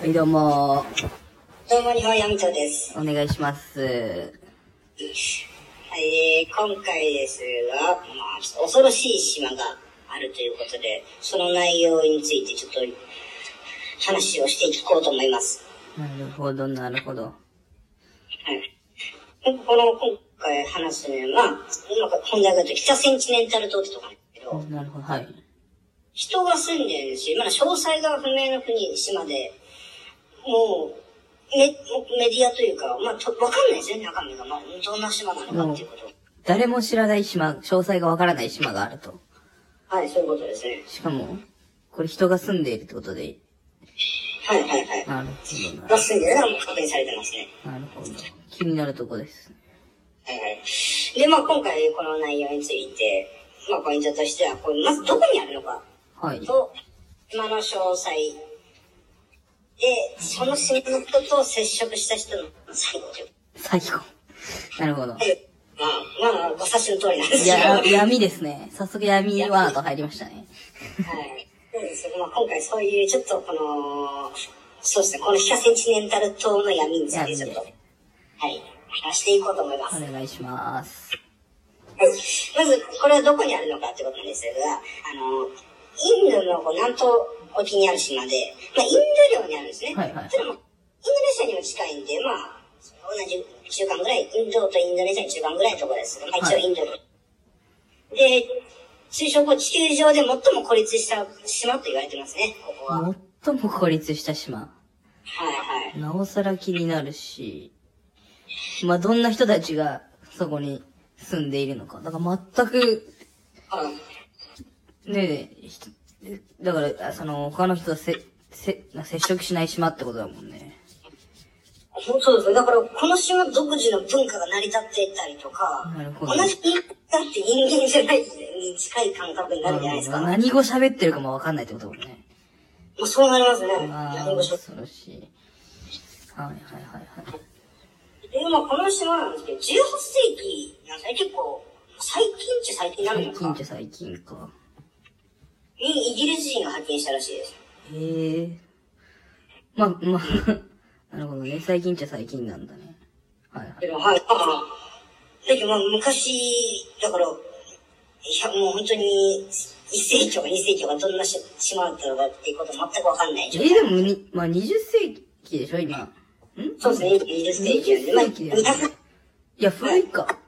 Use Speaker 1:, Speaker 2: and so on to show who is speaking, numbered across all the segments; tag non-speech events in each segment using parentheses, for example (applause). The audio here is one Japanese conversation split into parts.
Speaker 1: はい、どうも、
Speaker 2: どうも、日本闇とです。
Speaker 1: お願いします。
Speaker 2: はい、えー今回ですが、まあ、ちょっと恐ろしい島があるということで、その内容についてちょっと話をしていこうと思います。
Speaker 1: なるほど、なるほど。
Speaker 2: はい。この、今回話すね、まあ、今本題が言うと北センチネンタル島ってとこなんですけど、
Speaker 1: なるほど、はい。
Speaker 2: 人が住んでるんですよ。まだ詳細が不明の国、島で、もう、メメディアというか、まあ、とわかんないですよね、中身が。まあ、どんな島なのかっていうこと。
Speaker 1: 誰も知らない島、詳細がわからない島があると。
Speaker 2: はい、そういうことですね。
Speaker 1: しかも、これ人が住んでいるってことで、
Speaker 2: はいはいはい。
Speaker 1: なるほど
Speaker 2: が住んでるのが確認されてますね。
Speaker 1: な、なるほど。気になるとこです。
Speaker 2: はいはい。で、まあ今回この内容について、まあポイントとしては、これまずどこにあるのか
Speaker 1: はい。
Speaker 2: と、島の詳細で、その島の人と接触した人の最後という
Speaker 1: 最後。なるほど。
Speaker 2: でまあ、まあ、ご察しの通りなんです
Speaker 1: い
Speaker 2: けど。
Speaker 1: や、
Speaker 2: はい。
Speaker 1: 闇ですね。早速闇ワード入りましたね。
Speaker 2: そうですまあ今回そういうちょっとこの、そうですね、このヒカセンチネンタル島の闇についてちょっと、
Speaker 1: 闇
Speaker 2: はい、話していこうと思います
Speaker 1: お。願いします。
Speaker 2: はいまず、これはどこにあるのかってことなんですが、あの、インドのこう南東沖にある島で、まあ、インド領にあるんですね。
Speaker 1: はいはい
Speaker 2: それも、インドネシアにも近いんで、まあ、同じ中間ぐらい、インドとインドネシアの中間ぐらいのところですが、まあ、一応
Speaker 1: はい
Speaker 2: インド領。で、通称こう地球上で最も孤立した島と言われてますね、ここは。はい
Speaker 1: 最も孤立した島。
Speaker 2: はい。
Speaker 1: なおさら気になるし、まあ、どんな人たちがそこに住んでいるのか。だから全く、
Speaker 2: うん
Speaker 1: ねえ、ひだから、あその、他の人とせ、せ、接触しない島ってことだもんね。
Speaker 2: そうですね。だから、この島独自の文化が成り立っていたりとか、
Speaker 1: なるほ
Speaker 2: 同
Speaker 1: ど
Speaker 2: じ人間だって人間じゃないに近い感覚になるじゃないですか。も
Speaker 1: 何語喋ってるかもわかんないってことだもんね。
Speaker 2: うそうなりますね。
Speaker 1: ああ、
Speaker 2: 何もしょ
Speaker 1: 恐ろしい。はいはいはいはい。
Speaker 2: で、まあ、この島なんですけど、18世紀なんですね。結構、最近っちゃ最近なの
Speaker 1: 最近
Speaker 2: か
Speaker 1: じゃ。最近か。
Speaker 2: にイギリス人が派遣したらしいです。
Speaker 1: へえ。まあ、 (laughs) まあ、なるほどね。最近じゃ最近なんだね。はいはい。
Speaker 2: でも、はい。だから、だけど、まあ、昔、だから、いや、もう本当に、一世紀とか二世紀とかどんなし島だったのかっていうこと全くわかんない
Speaker 1: え
Speaker 2: 状態
Speaker 1: ー、でもに、まあ、20世紀でしょ、今。ん
Speaker 2: そうですね、20世紀
Speaker 1: 20
Speaker 2: なん
Speaker 1: 世紀
Speaker 2: で。
Speaker 1: だ
Speaker 2: ま
Speaker 1: よね
Speaker 2: あ、
Speaker 1: いや、古いか。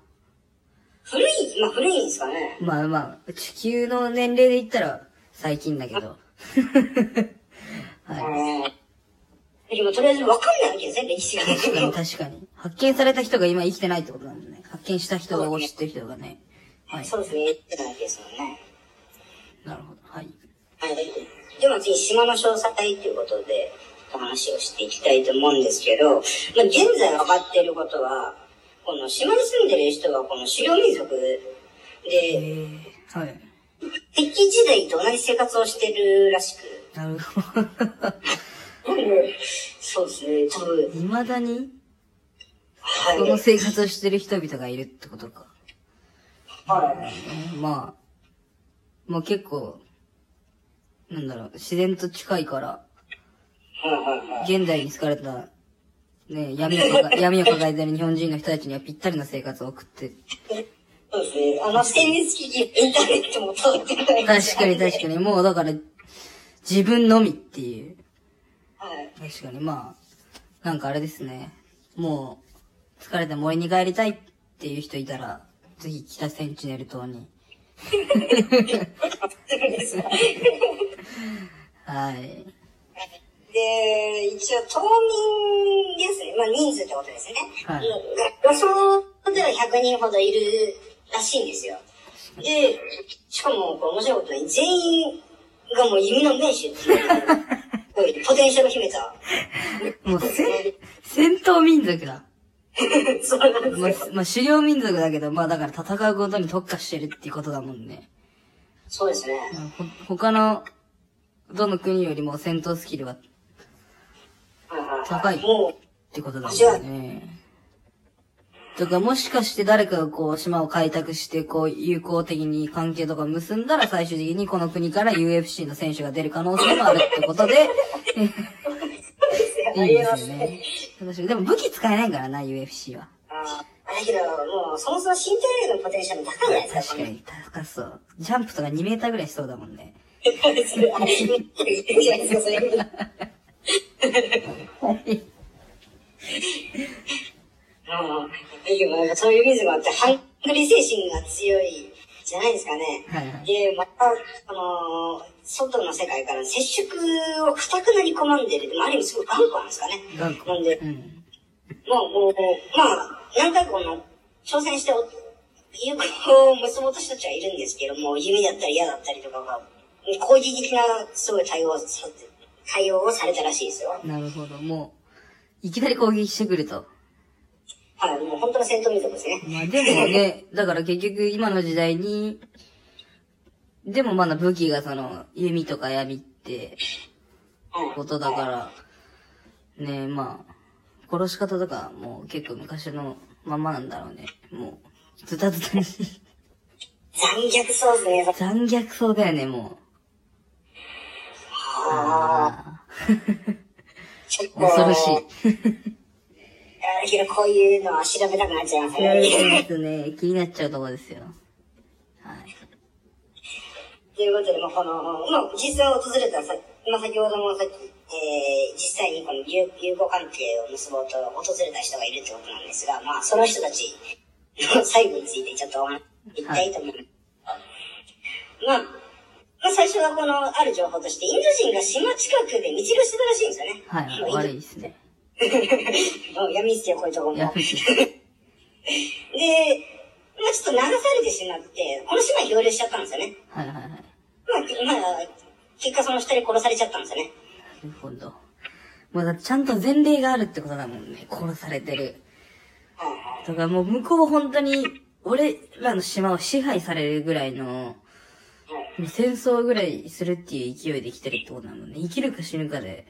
Speaker 2: 古い、まあ古いんですかね。
Speaker 1: まあまあ、地球の年齢で言ったら最近だけ (laughs) ど。は
Speaker 2: えーでもとりあえずわかんないわけですね、歴史が。
Speaker 1: い。確かに確かに。発見された人が今生きてないってことだもんね。発見した人を知ってる人がね。はい。
Speaker 2: そうですね、言ってたわけですもんね。
Speaker 1: なるほど。はい。
Speaker 2: はい。では次、島の詳細ということで、ちょっと話をしていきたいと思うんですけど、まあ、現在分かっていることは、この島に住んでる人はこの狩猟民族
Speaker 1: え
Speaker 2: で、
Speaker 1: ー、はい。
Speaker 2: 石器時代と同じ生活をしてるらしく、
Speaker 1: なるほど。 (laughs)
Speaker 2: そうですね、多分、
Speaker 1: 未だに、
Speaker 2: はい。
Speaker 1: その生活をしてる人々がいるってことか。
Speaker 2: はい
Speaker 1: まあ、まあ結構、なんだろう、自然と近いから、
Speaker 2: はいはいはい。
Speaker 1: 現代に好かれた、ね、闇を抱え、闇を抱えてる日本人の人たちにはぴったりな生活を送って、
Speaker 2: そうですね。あの、精密機器、インターネットも通ってない
Speaker 1: 確かに確かに、もうだから、自分のみっていう。
Speaker 2: かに。はい。
Speaker 1: 確かに、まあ、なんかあれですね。もう、疲れて森に帰りたいっていう人いたら、ぜひ北センチネル島に。はい。
Speaker 2: で、一応、島民ですね。まあ、人数ってことですね。
Speaker 1: はい
Speaker 2: い。予想では100人ほどいるらしいんですよ。で、しかも、こう面白いことに、全員がもう弓の名手っていうこういうポテンシャルを秘めた。
Speaker 1: もうせ、戦闘民族だ。
Speaker 2: そうなんです
Speaker 1: まあ、まあ、狩猟民族だけど、まあだから戦うことに特化してるっていうことだもんね。
Speaker 2: そうですね。
Speaker 1: ほ他の、どの国よりも戦闘スキルはっ
Speaker 2: はいはは
Speaker 1: 高い
Speaker 2: も (laughs) う、
Speaker 1: てことだもんね。だからもしかして誰かがこう島を開拓してこう友好的に関係とか結んだら最終的にこの国から UFC の選手が出る可能性もあるってことで、いい
Speaker 2: り
Speaker 1: で
Speaker 2: えます
Speaker 1: よ
Speaker 2: す
Speaker 1: ね
Speaker 2: ね。。
Speaker 1: 楽しみ。でも武器使えないからな、UFC は。
Speaker 2: ああ、だけど、もう、そもそも身体能力のポテンシャルも高いじゃないです
Speaker 1: 確
Speaker 2: か。
Speaker 1: かに、高そう。ジャンプとか2メーターぐらいしそうだもんね。
Speaker 2: この人それあ言ってるじゃないですか、それ。うん。でも、なんかそういうリズムあって、ハングリー精神が強いじゃないですかね。
Speaker 1: はいはい
Speaker 2: で、また、あのー外の世界から接触を固くなり込まんでる。でも、ある意味すごい頑固なんですかね。
Speaker 1: 頑固
Speaker 2: なんで
Speaker 1: う、ん。
Speaker 2: もう、もう、まあ、何回かこの、挑戦してお、有効を結ぼうとしたちはいるんですけども、弓だったり矢だったりとかが、攻撃的な、すごい対応をさ、対応をされたらしいですよ。
Speaker 1: なるほど。もう、いきなり攻撃してくると。
Speaker 2: はい、もう本当の戦闘民族ですね。
Speaker 1: まあでもね、だから結局今の時代に、でもまだ武器がその、弓とか闇って
Speaker 2: はい。
Speaker 1: ことだから、ねえまあ、殺し方とかもう結構昔のままなんだろうね。もう、ズタズタに。 (laughs)
Speaker 2: 残虐そうですね。
Speaker 1: 残虐そうだよね、もう。
Speaker 2: ああ、
Speaker 1: あ
Speaker 2: ちょっと。
Speaker 1: あ、 (laughs) 恐ろしい。
Speaker 2: あだけどこういうのは調べたくなっちゃいます
Speaker 1: いやい
Speaker 2: ね。
Speaker 1: やですね、気になっちゃうとこですよ。はい。
Speaker 2: ということで、まあ、この、まあ、実際訪れたさ、まあ、先ほどもさっき、えー、実際にこの友友好関係を結ぼうと訪れた人がいるってことなんですが、まあ、その人たちの最後についてちょっとお話ししていきたいと思います。まあ、まあ、最初はこの、ある情報として、インド人が島近くで道がしてたらしいんですよね。
Speaker 1: はい、
Speaker 2: もう
Speaker 1: 悪いですね。
Speaker 2: もう闇市よ、こういうとこも。
Speaker 1: やめ
Speaker 2: で、
Speaker 1: て。
Speaker 2: まあ、ちょっと流されてしまって、この島に漂流しちゃったんですよね。
Speaker 1: はいはいはい。な
Speaker 2: まあ、まあ、結果その二人殺されちゃったんですよね。
Speaker 1: るほど。もうだってちゃんと前例があるってことだもんね。殺されてる。
Speaker 2: はいはい。
Speaker 1: とか、もう向こう本当に、俺らの島を支配されるぐらいの、戦争ぐらいするっていう勢いで来てるってことなのね。生きるか死ぬかで。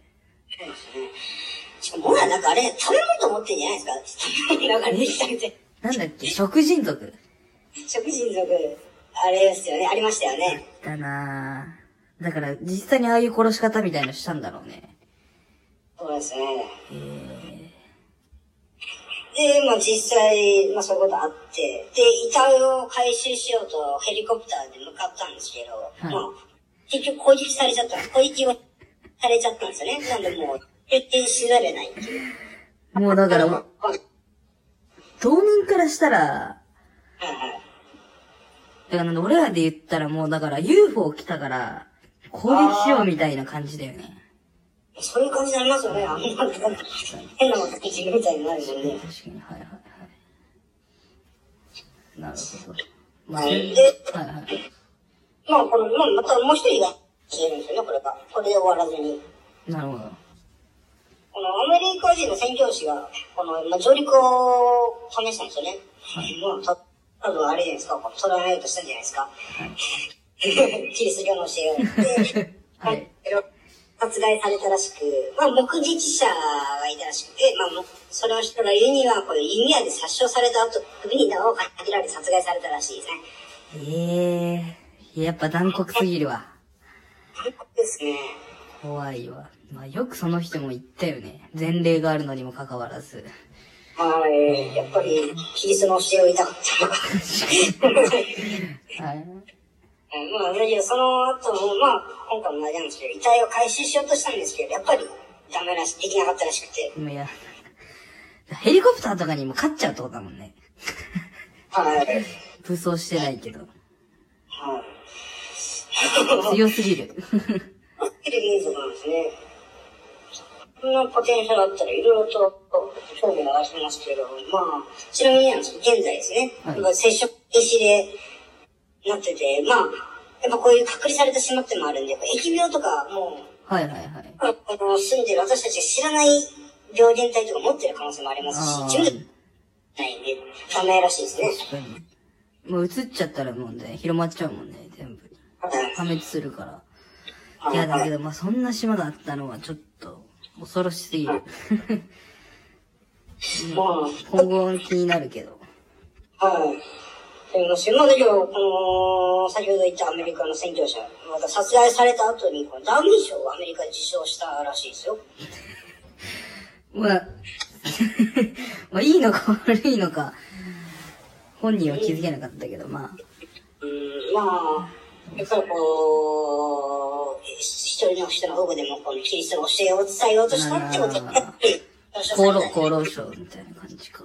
Speaker 2: しかも、ほら、なんかあれ、食べ物と思ってんじゃないですか食べ物が出てきたみたい。
Speaker 1: なんだっけ、食人族。
Speaker 2: 食人族、あれですよね、ありましたよね。
Speaker 1: だなぁ。だから、実際にああいう殺し方みたいのしたんだろうね。
Speaker 2: そうですね。で、まあ実際、まあそういうことあって、で、遺体を回収しようとヘリコプターで向かったんですけど、
Speaker 1: い
Speaker 2: まあ、結局攻撃されちゃった、攻撃をされちゃったんですよね。なんでもう、決定しざるを得ないっていう。
Speaker 1: もうだから、
Speaker 2: まあはい
Speaker 1: 島民からしたら、
Speaker 2: はい。
Speaker 1: だから俺らで言ったらもうだから UFO 来たから攻撃しようみたいな感じだよね。
Speaker 2: そういう感じになりますよね。あんまなんか変なこと聞くみたいになるもんね。
Speaker 1: 確かに、はいはいはい。なるほど。まあ、
Speaker 2: は
Speaker 1: はいい
Speaker 2: で
Speaker 1: はい。
Speaker 2: まあ、この、まあ、またもう一人が消えるんですよね、これが。これで終わらずに。
Speaker 1: なるほど。
Speaker 2: このアメリカ人の宣教師が、この、まあ、上陸を試したんですよね。もう、た、多分あれじゃないですか、こうトライアウトしたんじゃないですか。 (laughs) キリスト教の教えを。で、
Speaker 1: はい
Speaker 2: いろいろ殺害されたらしく、まあ、目撃者がいたらしくて、まあもう、その人が言うには、こう、弓矢で殺傷された後、首に縄をかけられ殺害されたらしいですね。
Speaker 1: ええー、やっぱ残酷すぎるわ。
Speaker 2: 残酷ですね。
Speaker 1: 怖いわ。まあよくその人も言ったよね。前例があるのにもかかわらず。
Speaker 2: はい、やっぱり、キリストの教えを言いたかったのか。
Speaker 1: はい。
Speaker 2: うんまあ、だけどその後も、まあ、今回も同じなんですけど、遺体を回収しようとしたんですけど、やっぱり、ダメらし、できなかったらしくて、
Speaker 1: でもいや、ヘリコプターとかにも勝っちゃうってことだもんね。
Speaker 2: はい。はい。
Speaker 1: 武装してないけど。強すぎる。
Speaker 2: テレビ映像なんですね。こんなポテンシャルあったら、いろいろと、興味がありますけど、まあ、ちなみになんですけど、現在ですね、
Speaker 1: はい
Speaker 2: なんか接触禁止で、なってて、まあ、やっぱこういう隔離された島ってのもあるんで、疫病とか、もう、
Speaker 1: はいはいはい。
Speaker 2: あの住んでる私たちが知らない病原体とか持ってる可能性もありますし、
Speaker 1: あ
Speaker 2: 自分で
Speaker 1: ー
Speaker 2: ないんで、ダメらしいですね。
Speaker 1: 確かに。もう映っちゃったらもうね、広まっちゃうもんね、全部。破滅するから。いや、だけど、まあ、そんな島があったのはちょっと、恐ろしす (laughs) ぎる。
Speaker 2: まあ、はい。
Speaker 1: 今後は気になるけど。
Speaker 2: でも、まあ、だけど、この、先ほど言ったアメリカの宣教者、また殺害された後に、このダウン賞をアメリカで受賞したらしいですよ。
Speaker 1: まあ、 (laughs) まあいいのか悪いのか、本人は気づけなかったけど、まあ、
Speaker 2: うん、まあ、やっぱりこう、一人の人の保護でも、このキリストの教えを伝えようとしたってこと
Speaker 1: あー
Speaker 2: やっぱ (laughs) り
Speaker 1: 厚労、厚労省みたいな感じか。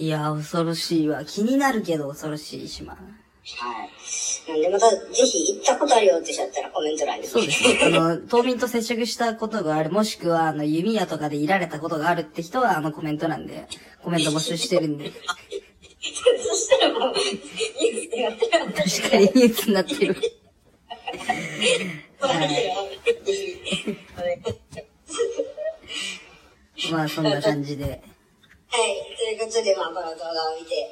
Speaker 1: いやー、恐ろしいわ。気になるけど恐ろしい島。
Speaker 2: はい。なんでまた、ぜひ行ったことあるよって人だったらコメント欄に。
Speaker 1: そう
Speaker 2: (laughs)
Speaker 1: ですね。あの、島民と接触したことがある、もしくは、あの、弓矢とかでいられたことがあるって人は、あの、コメント欄で、コメント募集してるんで、
Speaker 2: そしたらもう、ニュースになってる。
Speaker 1: 確かにニュースになってる。まあ、そんな感じで。
Speaker 2: はい。ということで、まあ、この動画を見て、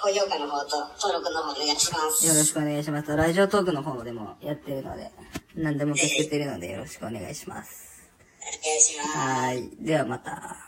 Speaker 2: 高評価の方と登録の方お願いします。
Speaker 1: よろしくお願いします。ラジオトークの方でもやってるので、何でも受け付けてるのでよろしくお願いします。
Speaker 2: お願いします。
Speaker 1: はーい。ではまた。